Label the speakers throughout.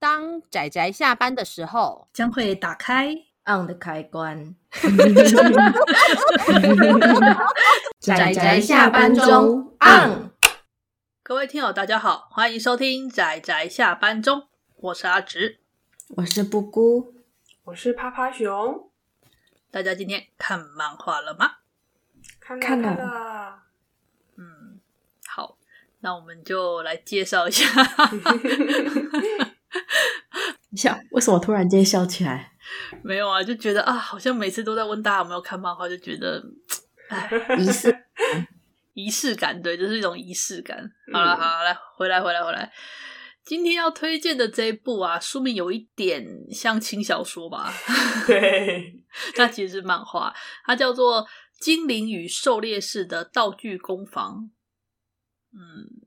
Speaker 1: 当仔仔下班的时候，
Speaker 2: 将会打开。
Speaker 3: on 的开 关。
Speaker 1: 宅宅
Speaker 2: 下班中
Speaker 3: on。
Speaker 2: 各位听友，大家好，欢迎收听《仔仔下班中》，我是阿直。
Speaker 3: 我是布姑，
Speaker 4: 我是趴趴熊，
Speaker 2: 大家今天看漫画了吗？
Speaker 4: 看
Speaker 3: 看了
Speaker 4: 了看了，
Speaker 2: 嗯，好，那我们就来介绍 一下
Speaker 3: 笑，为什么突然间笑起来？
Speaker 2: 没有啊，就觉得啊，好像每次都在问大家有没有看漫画，就觉得
Speaker 3: 仪 式
Speaker 2: 仪式感，对，就是一种仪式感。好了，
Speaker 4: 嗯
Speaker 2: 好了，来，回来，回来，回来。今天要推荐的这一部啊，书名有一点像轻小说吧，
Speaker 4: 对，
Speaker 2: 它其实是漫画，它叫做《精灵与狩猎式的道具工坊》。嗯，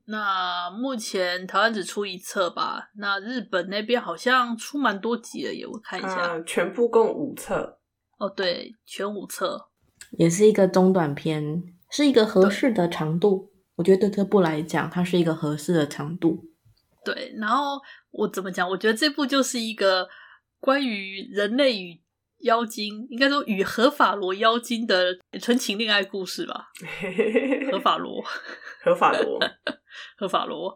Speaker 2: 那目前台湾只出一册吧，那日本那边好像出蛮多集了耶，我看一下。
Speaker 4: 嗯，全部共五 册，
Speaker 2: 哦，对，全五册，
Speaker 3: 也是一个中短篇，是一个合适的长度。我觉得对这部来讲，它是一个合适的长度。
Speaker 2: 对，然后我怎么讲？我觉得这部就是一个关于人类与妖精，应该说与合法罗妖精的纯情恋爱故事吧。合法罗，
Speaker 4: 合法 罗，
Speaker 2: 合法罗，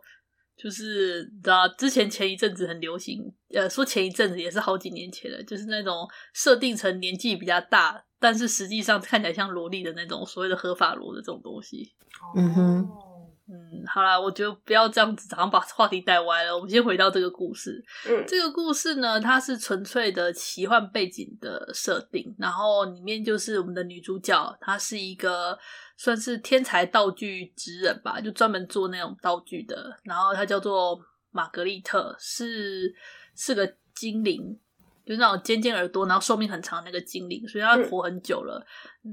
Speaker 2: 就是你知道之前前一阵子很流行，呃，说前一阵子也是好几年前了，就是那种设定成年纪比较大，但是实际上看起来像萝莉的那种所谓的合法罗的这种东西。
Speaker 3: 嗯哼
Speaker 4: 哦，
Speaker 2: 嗯，好啦，我觉得不要这样子，好像把话题带歪了。我们先回到这个故事。
Speaker 4: 嗯，
Speaker 2: 这个故事呢，它是纯粹的奇幻背景的设定，然后里面就是我们的女主角，她是一个算是天才道具职人吧，就专门做那种道具的。然后她叫做玛格丽特，是是个精灵，就是那种尖尖耳朵，然后寿命很长的那个精灵，所以她活很久了。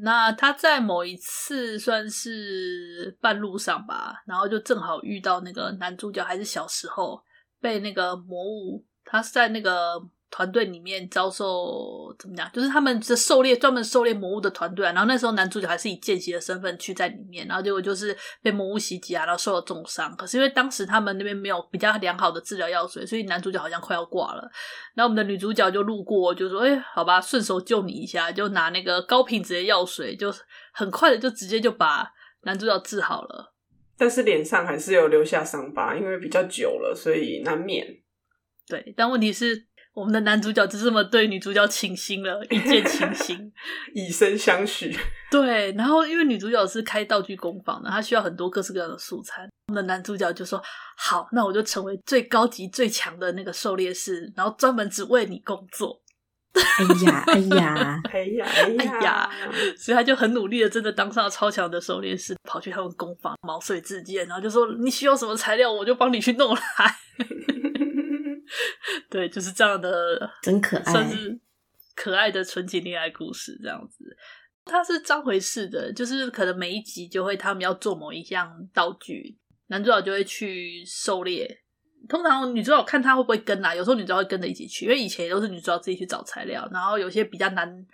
Speaker 2: 那她在某一次算是半路上吧，然后就正好遇到那个男主角，还是小时候。被那个魔物，他是在那个团队里面遭受怎么讲？就是他们是狩猎专门狩猎魔物的团队啊。然后那时候男主角还是以见习的身份去在里面，然后结果就是被魔物袭击啊，然后受了重伤。可是因为当时他们那边没有比较良好的治疗药水，所以男主角好像快要挂了。然后我们的女主角就路过，就说：“哎、好吧，顺手救你一下。”就拿那个高品质的药水，就很快的就直接就把男主角治好了。
Speaker 4: 但是脸上还是有留下伤疤，因为比较久了，所以难免。
Speaker 2: 对，但问题是，我们的男主角就这么对女主角倾心了，一见倾心。
Speaker 4: 以身相许，
Speaker 2: 对，然后因为女主角是开道具工坊的，她需要很多各式各样的素材。我们的男主角就说：“好，那我就成为最高级、最强的那个狩猎师，然后专门只为你工作。
Speaker 3: 哎 呀，哎呀，
Speaker 4: 哎呀哎呀，
Speaker 2: 哎呀”所以他就很努力的，真的当上了超强的狩猎师，跑去他们工坊毛遂自荐，然后就说：“你需要什么材料，我就帮你去弄来。”对，就是这样的
Speaker 3: 真可爱。
Speaker 2: 算是可爱的纯情恋爱故事这样子。它是章回式的，就是可能每一集就会他们要做某一项道具，男主角就会去狩猎。通常女主角看他会不会跟啊，有时候女主角会跟着一起去，因为以前也都是女主角自己去找材料，然后有些比较难，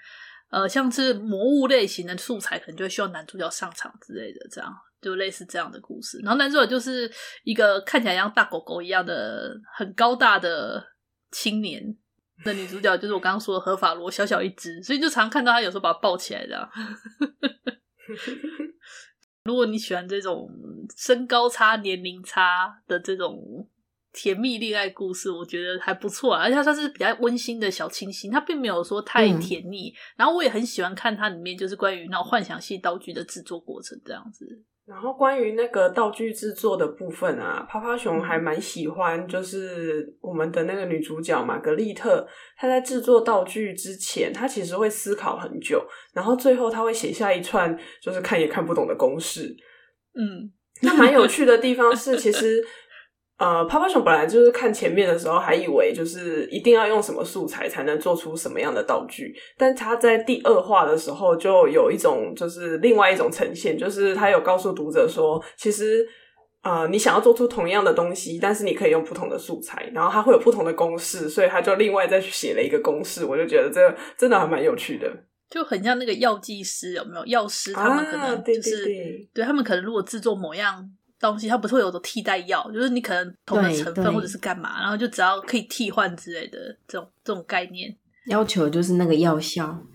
Speaker 2: 呃，像是魔物类型的素材，可能就会需要男主角上场之类的，这样就类似这样的故事。然后男主角就是一个看起来像大狗狗一样的很高大的青年，那女主角就是我刚刚说的合法罗，小小一只，所以就常看到她有时候把它抱起来这样。 如果你喜欢这种身高差、年龄差的这种甜蜜恋爱故事，我觉得还不错啊，而且它算是比较温馨的小清新，它并没有说太
Speaker 3: 嗯
Speaker 2: 甜腻。然后我也很喜欢看它里面就是关于那种幻想系道具的制作过程这样子。
Speaker 4: 然后关于那个道具制作的部分啊，趴趴熊还蛮喜欢，就是我们的那个女主角玛格丽特，她在制作道具之前，她其实会思考很久，然后最后她会写下一串就是看也看不懂的公式。
Speaker 2: 嗯，
Speaker 4: 那蛮有趣的地方是，其实。呃，泡泡熊本来就是看前面的时候，还以为就是一定要用什么素材才能做出什么样的道具，但他在第二话的时候就有一种就是另外一种呈现，就是他有告诉读者说，其实呃，你想要做出同样的东西，但是你可以用不同的素材，然后它会有不同的公式，所以他就另外再去写了一个公式，我就觉得这真的还蛮有趣的。
Speaker 2: 就很像那个药剂师有没有？药师他们可
Speaker 4: 啊
Speaker 2: 能
Speaker 4: 对
Speaker 2: 就
Speaker 4: 对
Speaker 2: 是、
Speaker 4: 对，
Speaker 2: 对他们可能如果制作某样东西，它不是会有的替代药，就是你可能同的
Speaker 3: 对
Speaker 2: 成分
Speaker 3: 对
Speaker 2: 或者是干嘛，然后就只要可以替换之类的这种这种概念。
Speaker 3: 要求就是那个药效，嗯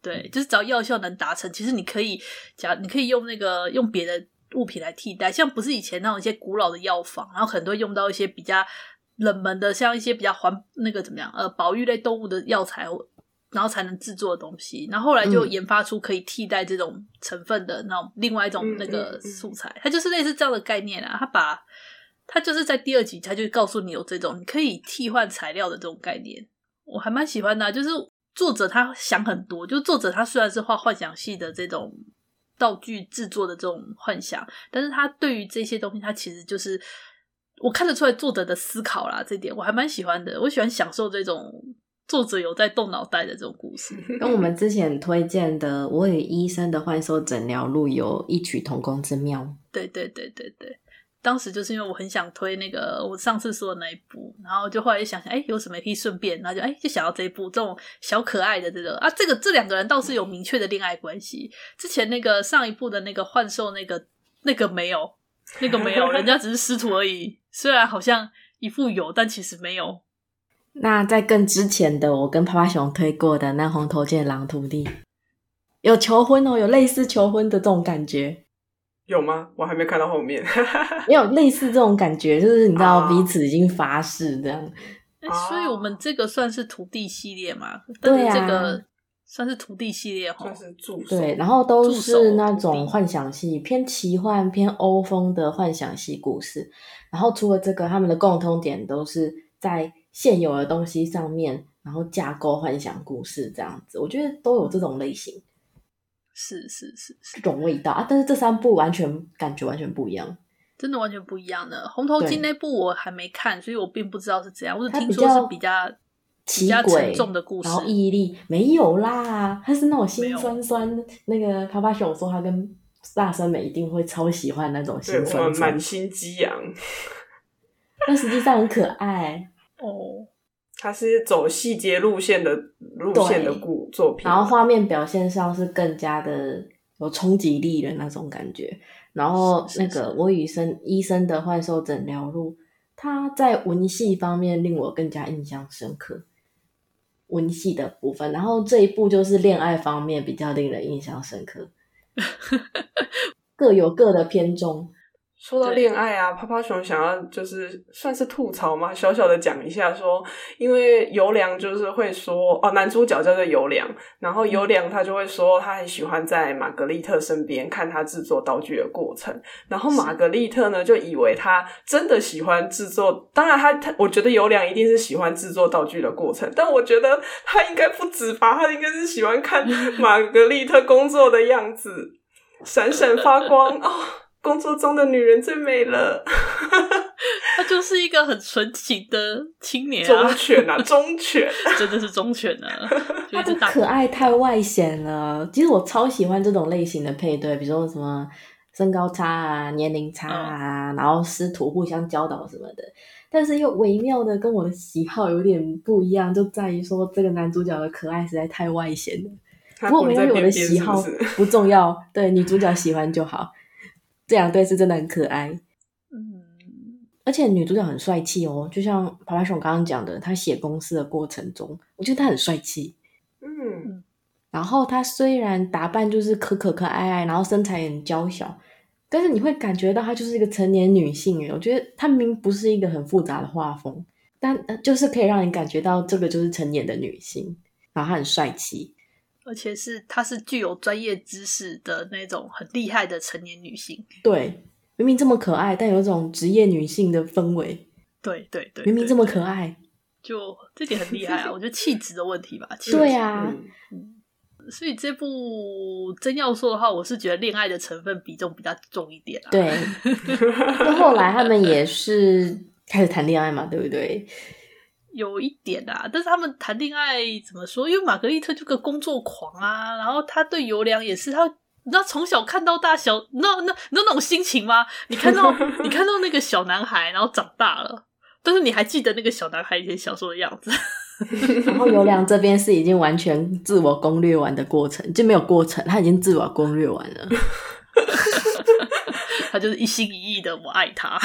Speaker 2: 对，就是只要药效能达成，其实你可以假你可以用那个用别的物品来替代，像不是以前那种一些古老的药房，然后很多用到一些比较冷门的，像一些比较环那个怎么样呃保育类动物的药材，然后才能制作的东西。然后后来就
Speaker 3: 嗯
Speaker 2: 研发出可以替代这种成分的那种另外一种
Speaker 4: 嗯
Speaker 2: 那个
Speaker 4: 嗯嗯
Speaker 2: 素材，它就是类似这样的概念啊。它把它就是在第二集，它就告诉你有这种你可以替换材料的这种概念。我还蛮喜欢的啊、就是作者他想很多，就是作者他虽然是画幻想系的这种道具制作的这种幻想，但是他对于这些东西，他其实就是我看得出来作者的思考啦，这点我还蛮喜欢的，我喜欢享受这种作者有在动脑袋的这种故事。
Speaker 3: 跟我们之前推荐的《我与医生的幻兽诊疗录》有异曲同工之妙。
Speaker 2: 对对对对对，当时就是因为我很想推那个我上次说的那一部，然后就后来就想想，哎，有什么可以顺便，然后就哎就想到这一部这种小可爱的这个啊，这个这两个人倒是有明确的恋爱关系，之前那个上一部的那个幻兽那个那个没有，那个没有，人家只是师徒而已，虽然好像一副有，但其实没有。
Speaker 3: 那在更之前的，我跟趴趴熊推过的那红头剑狼徒弟，有求婚哦，有类似求婚的这种感觉。
Speaker 4: 有吗？我还没看到后面。
Speaker 3: 没有类似这种感觉，就是你知道
Speaker 2: 啊
Speaker 4: 哦
Speaker 3: 彼此已经发誓这样。
Speaker 2: 哎
Speaker 4: 哦
Speaker 2: 所以我们这个算是徒弟系列嘛？但
Speaker 3: 对
Speaker 2: 是
Speaker 3: 啊
Speaker 2: 这个算是徒弟系列哈
Speaker 4: 算。是助手。
Speaker 3: 对，然后都
Speaker 2: 助手
Speaker 3: 是那
Speaker 2: 徒
Speaker 3: 种
Speaker 2: 弟
Speaker 3: 幻想系偏奇幻、偏欧风的幻想系故事。然后除了这个，他们的共通点都是在现有的东西上面，然后架构幻想故事这样子。我觉得都有这种类型、
Speaker 2: 是是是是
Speaker 3: 这，种味道啊。但是这三部完全感觉完全不一样，
Speaker 2: 真的完全不一样的。红头巾
Speaker 3: 对
Speaker 2: 那部我还没看，所以我并不知道是怎样，我只
Speaker 3: 它
Speaker 2: 听
Speaker 3: 比
Speaker 2: 说是
Speaker 3: 较
Speaker 2: 比较比
Speaker 3: 奇
Speaker 2: 较
Speaker 3: 诡
Speaker 2: 沉重的故事
Speaker 3: 然。后毅力没有啦，它是那种
Speaker 2: 没
Speaker 3: 心
Speaker 2: 有
Speaker 3: 酸酸。那个啪啪熊说他跟大森美一定会超喜欢那种
Speaker 4: 对
Speaker 3: 心
Speaker 4: 我
Speaker 3: 酸
Speaker 4: 们
Speaker 3: 酸
Speaker 4: 满，心激昂。
Speaker 3: 但实际上很可爱。
Speaker 2: 哦，
Speaker 4: 它是走细节路线的路线的故作品，
Speaker 3: 然后画面表现上是更加的有冲击力的那种感觉。然后
Speaker 2: 是是
Speaker 3: 那个
Speaker 2: 是
Speaker 3: 我与生医生的幻兽诊疗录，它在文戏方面令我更加印象深刻。文戏的部分，然后这一部就是恋爱方面比较令人印象 深刻，各有各的偏重。
Speaker 4: 说到
Speaker 2: 对
Speaker 4: 恋爱啊，泡泡熊想要就是算是吐槽嘛，小小的讲一下说，因为尤良就是会说哦，男主角叫做尤良，然后尤良他就会说他很喜欢在玛格丽特身边看他制作道具的过程，然后玛格丽特呢就以为他真的喜欢制作，当然他他我觉得尤良一定是喜欢制作道具的过程，但我觉得他应该不止吧，他应该是喜欢看玛格丽特工作的样子，闪闪发光 哦。工作中的女人最美了，
Speaker 2: 他就是一个很纯情的青年啊
Speaker 4: 忠，犬啊，忠犬，
Speaker 2: 真的是忠犬 啊，就
Speaker 3: 它
Speaker 2: 一
Speaker 3: 的
Speaker 2: 只大
Speaker 3: 可爱太外显了。其实我超喜欢这种类型的配对，比如说什么身高差啊、年龄
Speaker 4: 嗯
Speaker 3: 差啊，然后师徒互相教导什么的。但是又微妙的跟我的喜好有点不一样，就在于说这个男主角的可爱实在太外显了。
Speaker 4: 它
Speaker 3: 不过
Speaker 4: 滚
Speaker 3: 没
Speaker 4: 在
Speaker 3: 关系，我的
Speaker 4: 边边
Speaker 3: 喜
Speaker 4: 是
Speaker 3: 好
Speaker 4: 不 是？
Speaker 3: 不重要，对女主角喜欢就好。这两对是真的很可爱，
Speaker 2: 嗯，
Speaker 3: 而且女主角很帅气哦，就像爬爬熊刚刚讲的，他写公司的过程中，我觉得他很帅气。
Speaker 4: 嗯，
Speaker 3: 然后她虽然打扮就是可可可爱爱，然后身材也很娇小，但是你会感觉到她就是一个成年女性欸耶。我觉得她明明不是一个很复杂的画风，但呃就是可以让你感觉到这个就是成年的女性，然后她很帅气。
Speaker 2: 而且是她是具有专业知识的那种很厉害的成年女性。
Speaker 3: 对，明明这么可爱，但有一种职业女性的氛围。
Speaker 2: 对对对，
Speaker 3: 明明
Speaker 2: 对
Speaker 3: 这么
Speaker 2: 对
Speaker 3: 可爱，
Speaker 2: 就这点很厉害啊！我觉得气质的问题吧，气质
Speaker 3: 对啊，
Speaker 4: 嗯
Speaker 2: 所以这部真要说的话，我是觉得恋爱的成分比重比较重一点啊。
Speaker 3: 对。 那后来他们也是开始谈恋爱嘛，对不对？
Speaker 2: 有一点啊，但是他们谈恋爱怎么说？因为玛格丽特就个工作狂啊，然后他对尤良也是他。你知道从小看到大小，那那你知道那种心情吗？你看到你看到那个小男孩，然后长大了，但是你还记得那个小男孩以前小时候的样子，
Speaker 3: 然后尤良这边是已经完全自我攻略 完的过程，就没有过程，他已经自我攻略完了。
Speaker 2: 他就是一心一意的我爱他。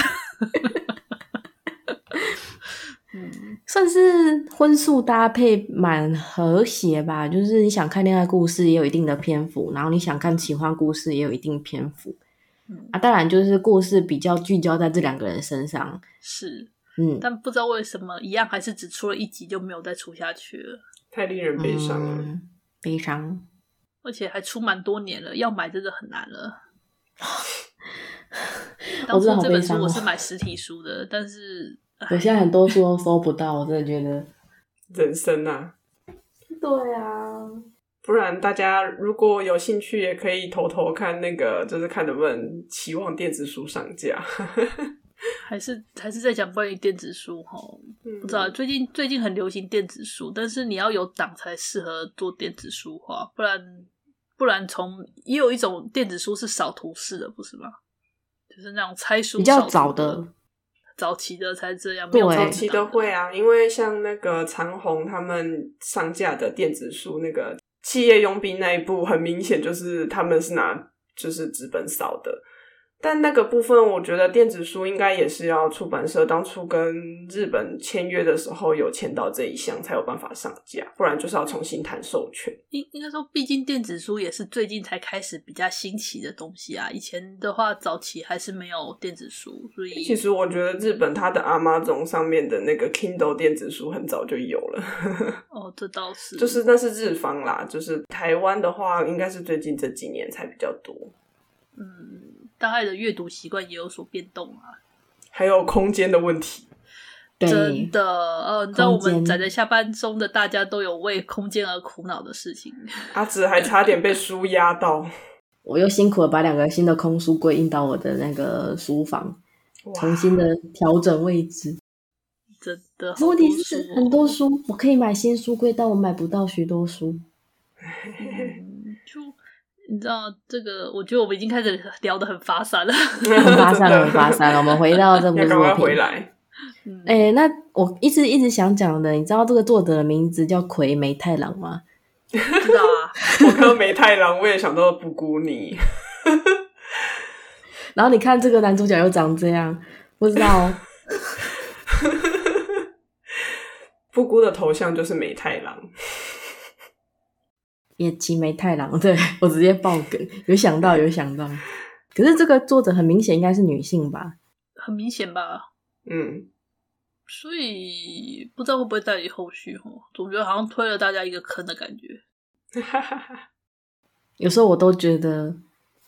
Speaker 2: 嗯，
Speaker 3: 算是荤素搭配蛮和谐吧。就是你想看恋爱故事也有一定的篇幅，然后你想看奇幻故事也有一定篇幅
Speaker 2: 嗯
Speaker 3: 啊。当然，就是故事比较聚焦在这两个人身上。
Speaker 2: 是，
Speaker 3: 嗯，
Speaker 2: 但不知道为什么一样还是只出了一集就没有再出下去了，
Speaker 4: 太令人悲伤了。
Speaker 3: 嗯悲伤。
Speaker 2: 而且还出蛮多年了，要买真的很难 了。当初
Speaker 3: 哦真的好
Speaker 2: 这本
Speaker 3: 悲
Speaker 2: 书
Speaker 3: 伤哦
Speaker 2: 我是买实体书的，但是
Speaker 3: 我现在很多书都搜不到，我真的觉得。
Speaker 4: 人生啊，
Speaker 3: 对啊，
Speaker 4: 不然大家如果有兴趣，也可以偷偷看那个，就是看能不能期望电子书上架。
Speaker 2: 还是还是在讲关于电子书哈，
Speaker 4: 嗯
Speaker 2: 不知道最近最近很流行电子书，但是你要有档才适合做电子书画，不然不然从也有一种电子书是扫图式的，不是吗？就是那种拆书
Speaker 3: 比较
Speaker 2: 扫图
Speaker 3: 早
Speaker 2: 的
Speaker 3: 的，
Speaker 2: 早期的才这样，
Speaker 3: 对
Speaker 2: 没有
Speaker 4: 早
Speaker 3: 早
Speaker 4: 期的会啊，因为像那个长虹他们上架的电子书，那个《企业佣兵》那一部，很明显就是他们是拿就是纸本扫的。但那个部分，我觉得电子书应该也是要出版社当初跟日本签约的时候有签到这一项，才有办法上架，不然就是要重新谈授权。
Speaker 2: 应应该说，毕竟电子书也是最近才开始比较新奇的东西啊。以前的话，早期还是没有电子书，所以
Speaker 4: 其实我觉得日本它的 Amazon 上面的那个 Kindle 电子书很早就有了，
Speaker 2: 哦，这倒是
Speaker 4: 就是那是日方啦，就是台湾的话应该是最近这几年才比较多。
Speaker 2: 嗯，大概的阅读习惯也有所变动啊。
Speaker 4: 还有空间的问题。
Speaker 2: 真
Speaker 3: 对，
Speaker 2: 的，呃，你知道我
Speaker 3: 空
Speaker 2: 们
Speaker 3: 间
Speaker 2: 仔仔下班中的大家都有为空间而苦恼的事情，
Speaker 4: 阿紫还差点被书压到，
Speaker 3: 我又辛苦的把两个新的空书柜印到我的那个书房，重新的调整位置。
Speaker 2: 真的
Speaker 3: 可是
Speaker 2: 好
Speaker 3: 问
Speaker 2: 多
Speaker 3: 题
Speaker 2: 书
Speaker 3: 是
Speaker 2: 哦，
Speaker 3: 很多书我可以买新书柜，但我买不到许多 书。
Speaker 2: 嗯就你知道这个，我觉得我们已经开始聊得很发散了。
Speaker 3: 很发散了，
Speaker 4: 真的
Speaker 3: 很发 散了。我们回到这部
Speaker 4: 要赶快
Speaker 3: 作
Speaker 4: 回
Speaker 3: 品。
Speaker 4: 来。
Speaker 2: 嗯，
Speaker 3: 哎、那我一直一直想讲的，你知道这个作者的名字叫葵梅太郎吗？
Speaker 2: 知道啊，
Speaker 4: 我看到梅太郎，我也想到布谷尼，
Speaker 3: 然后你看这个男主角又长这样，不知道 哦
Speaker 4: 布谷的头像就是梅太郎，
Speaker 3: 野崎梅太郎，对我直接爆梗，有想到有想到。可是这个作者很明显应该是女性吧？
Speaker 2: 很明显吧？
Speaker 4: 嗯，
Speaker 2: 所以不知道会不会带有后续哦，总觉得好像推了大家一个坑的感觉。
Speaker 3: 有时候我都觉得，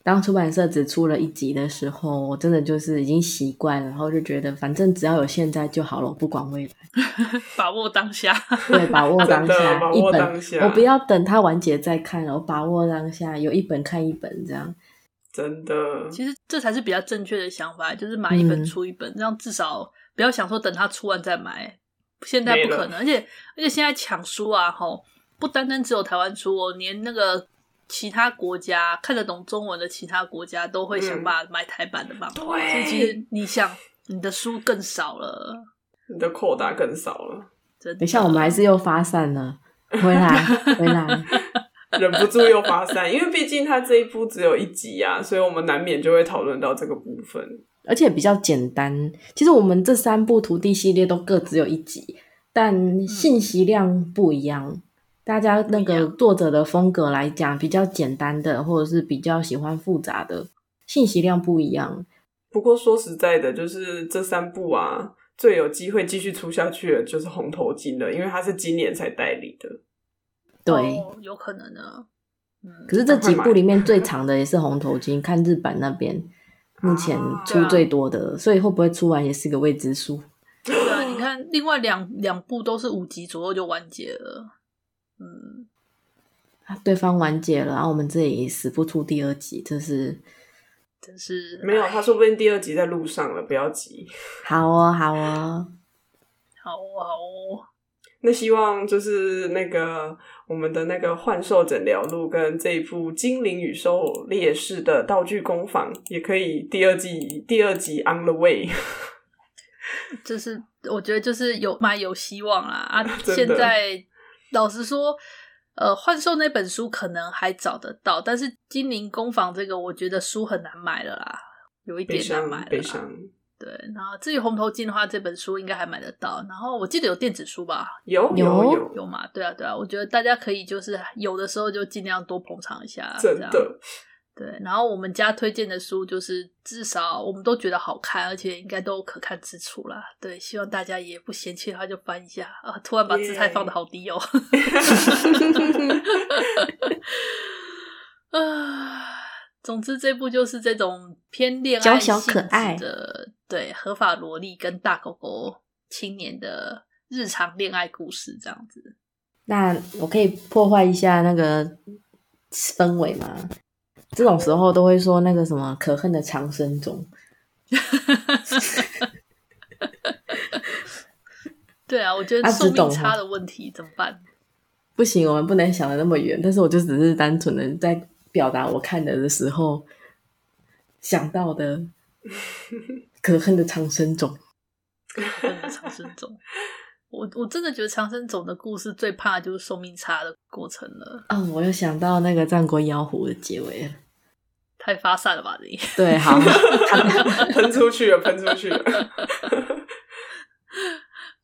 Speaker 3: 当出版社只出了一集的时候，我真的就是已经习惯了，然后就觉得反正只要有现在就好了，我不管未来。
Speaker 2: 把握当下，
Speaker 3: 对，把 握当
Speaker 4: 真的
Speaker 3: 下，
Speaker 4: 把
Speaker 3: 一
Speaker 4: 握
Speaker 3: 本，
Speaker 4: 当下，
Speaker 3: 我不要等它完结再看了，我把握当下，有一本看一本这样。
Speaker 4: 真的，
Speaker 2: 其实这才是比较正确的想法，就是买一本
Speaker 3: 嗯
Speaker 2: 出一本，这样至少不要想说等它出完再买，现在
Speaker 4: 没
Speaker 2: 不
Speaker 4: 了
Speaker 2: 可能。而且而且现在抢书啊，吼，不单单只有台湾出哦，连那个其他国家看得懂中文的其他国家都会想
Speaker 4: 嗯
Speaker 2: 办法买台版的漫画，所
Speaker 4: 对
Speaker 2: 以其实你想你的书更少了，
Speaker 4: 你的扣打更少了，
Speaker 2: 真的。
Speaker 3: 等一下，我们还是又发散了，回来，回来。
Speaker 4: 忍不住又发散，因为毕竟它这一部只有一集啊，所以我们难免就会讨论到这个部分。
Speaker 3: 而且比较简单。其实我们这三部徒弟系列都各只有一集，但信息量不一样。大家
Speaker 2: 不
Speaker 3: 那
Speaker 2: 一
Speaker 3: 个
Speaker 2: 样
Speaker 3: 作者的风格来讲，比较简单的，或者是比较喜欢复杂的，信息量不一样。
Speaker 4: 不过说实在的，就是这三部啊，最有机会继续出下去的就是红头巾了，因为它是今年才代理的。
Speaker 3: 对，
Speaker 2: 哦有可能呢。嗯，
Speaker 3: 可是这几部里面最长的也是红头巾，看日版那边目前
Speaker 4: 啊
Speaker 3: 出最多的，所以会不会出完也是个未知数。
Speaker 2: 对啊，你看另外两两部都是五集左右就完结了，嗯。
Speaker 3: 啊对方完结了，然后我们这里死不出第二集，这是
Speaker 2: 真是
Speaker 4: 没有，
Speaker 2: 哎
Speaker 4: 他说不定第二集在路上了，不要急。
Speaker 3: 好哦，好哦。
Speaker 2: 好哦好哦，
Speaker 4: 那希望就是那个我们的那个幻兽诊疗录跟这一部《精灵与狩猎士的道具工坊》也可以第二季第二集 on the way。！
Speaker 2: 就是我觉得就是有蛮有希望啦啊
Speaker 4: 真的
Speaker 2: 现在老实说，呃，幻兽那本书可能还找得到，但是精灵工坊这个我觉得书很难买了啦。有一
Speaker 4: 悲
Speaker 2: 点难
Speaker 4: 伤
Speaker 2: 买，
Speaker 4: 悲。伤
Speaker 2: 对，然后至于《红头巾》的话，这本书应该还买得到。然后我记得有电子书吧？
Speaker 4: 有
Speaker 3: 有
Speaker 4: 有，
Speaker 2: 有嘛？对啊，对啊，我觉得大家可以就是有的时候就尽量多捧场一下，
Speaker 4: 真
Speaker 2: 这样
Speaker 4: 的
Speaker 2: 对，然后我们家推荐的书就是至少我们都觉得好看，而且应该都有可看之处啦。对，希望大家也不嫌弃的话就翻一下啊。突然把姿态放的好低哦。 啊，总之这部就是这种偏恋爱
Speaker 3: 娇小可
Speaker 2: 性质
Speaker 3: 爱
Speaker 2: 的，对，合法萝莉跟大狗狗青年的日常恋爱故事这样子。
Speaker 3: 那我可以破坏一下那个氛围吗？这种时候都会说那个什么可恨的长生种，
Speaker 2: 对啊，我觉得
Speaker 3: 啊只
Speaker 2: 寿命
Speaker 3: 懂
Speaker 2: 差
Speaker 3: 哦
Speaker 2: 的问题怎么办？
Speaker 3: 不行，我们不能想的那么远。但是我就只是单纯的在表达我看的的时候想到的可恨的长生种。
Speaker 2: 跟长生 种。我我真的觉得长生种的故事最怕的就是寿命差的过程了，
Speaker 3: 哦，我又想到那个战国妖狐的结尾了。
Speaker 2: 太发散了吧你？
Speaker 3: 对，好，
Speaker 4: 喷出去了，喷出去了。。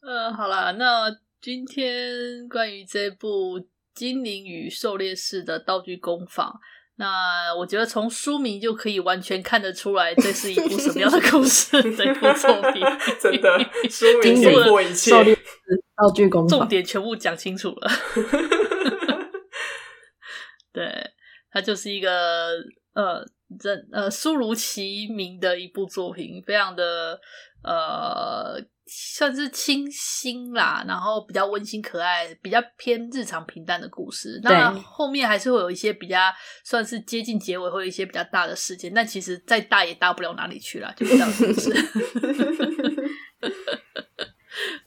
Speaker 2: 呃，好啦，那今天关于这部《精灵与狩猎士的道具工坊》，那我觉得从书名就可以完全看得出来，这是一部什么样的 故 事的一部作品
Speaker 4: 真的，书名
Speaker 3: 经
Speaker 4: 点
Speaker 3: 典
Speaker 4: 破一切
Speaker 3: 狩。猎师道具工
Speaker 2: 重
Speaker 3: 坊，
Speaker 2: 点全部讲清楚了。对，它就是一个呃，这呃书如其名的一部作品，非常的呃，算是清新啦，然后比较温馨可爱，比较偏日常平淡的故事。那
Speaker 3: 对
Speaker 2: 后面还是会有一些比较算是接近结尾，会有一些比较大的事件，但其实再大也大不了哪里去啦，就是这样的故事。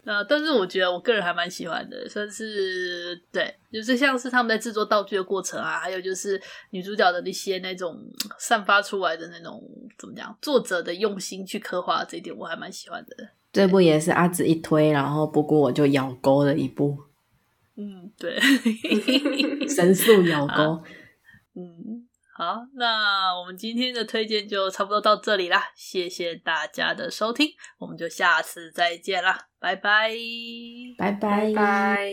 Speaker 2: 呃，但是我觉得我个人还蛮喜欢的，算是对，就是像是他们在制作道具的过程啊，还有就是女主角的一些那种嗯散发出来的那种怎么讲，作者的用心去刻画这一点，我还蛮喜欢的。
Speaker 3: 这部也是阿紫一推，然后不过我就咬钩的一部，
Speaker 2: 嗯，对，
Speaker 3: 神速咬钩。
Speaker 2: 嗯，好，那我们今天的推荐就差不多到这里啦，谢谢大家的收听，我们就下次再见啦，拜拜。
Speaker 3: 拜拜。
Speaker 4: 拜拜，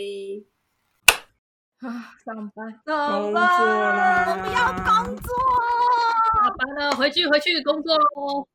Speaker 1: 啊，上班，上
Speaker 4: 工
Speaker 1: 班，
Speaker 4: 作啦！
Speaker 1: 我不要工作。
Speaker 2: 下班了，回去回去工作喽。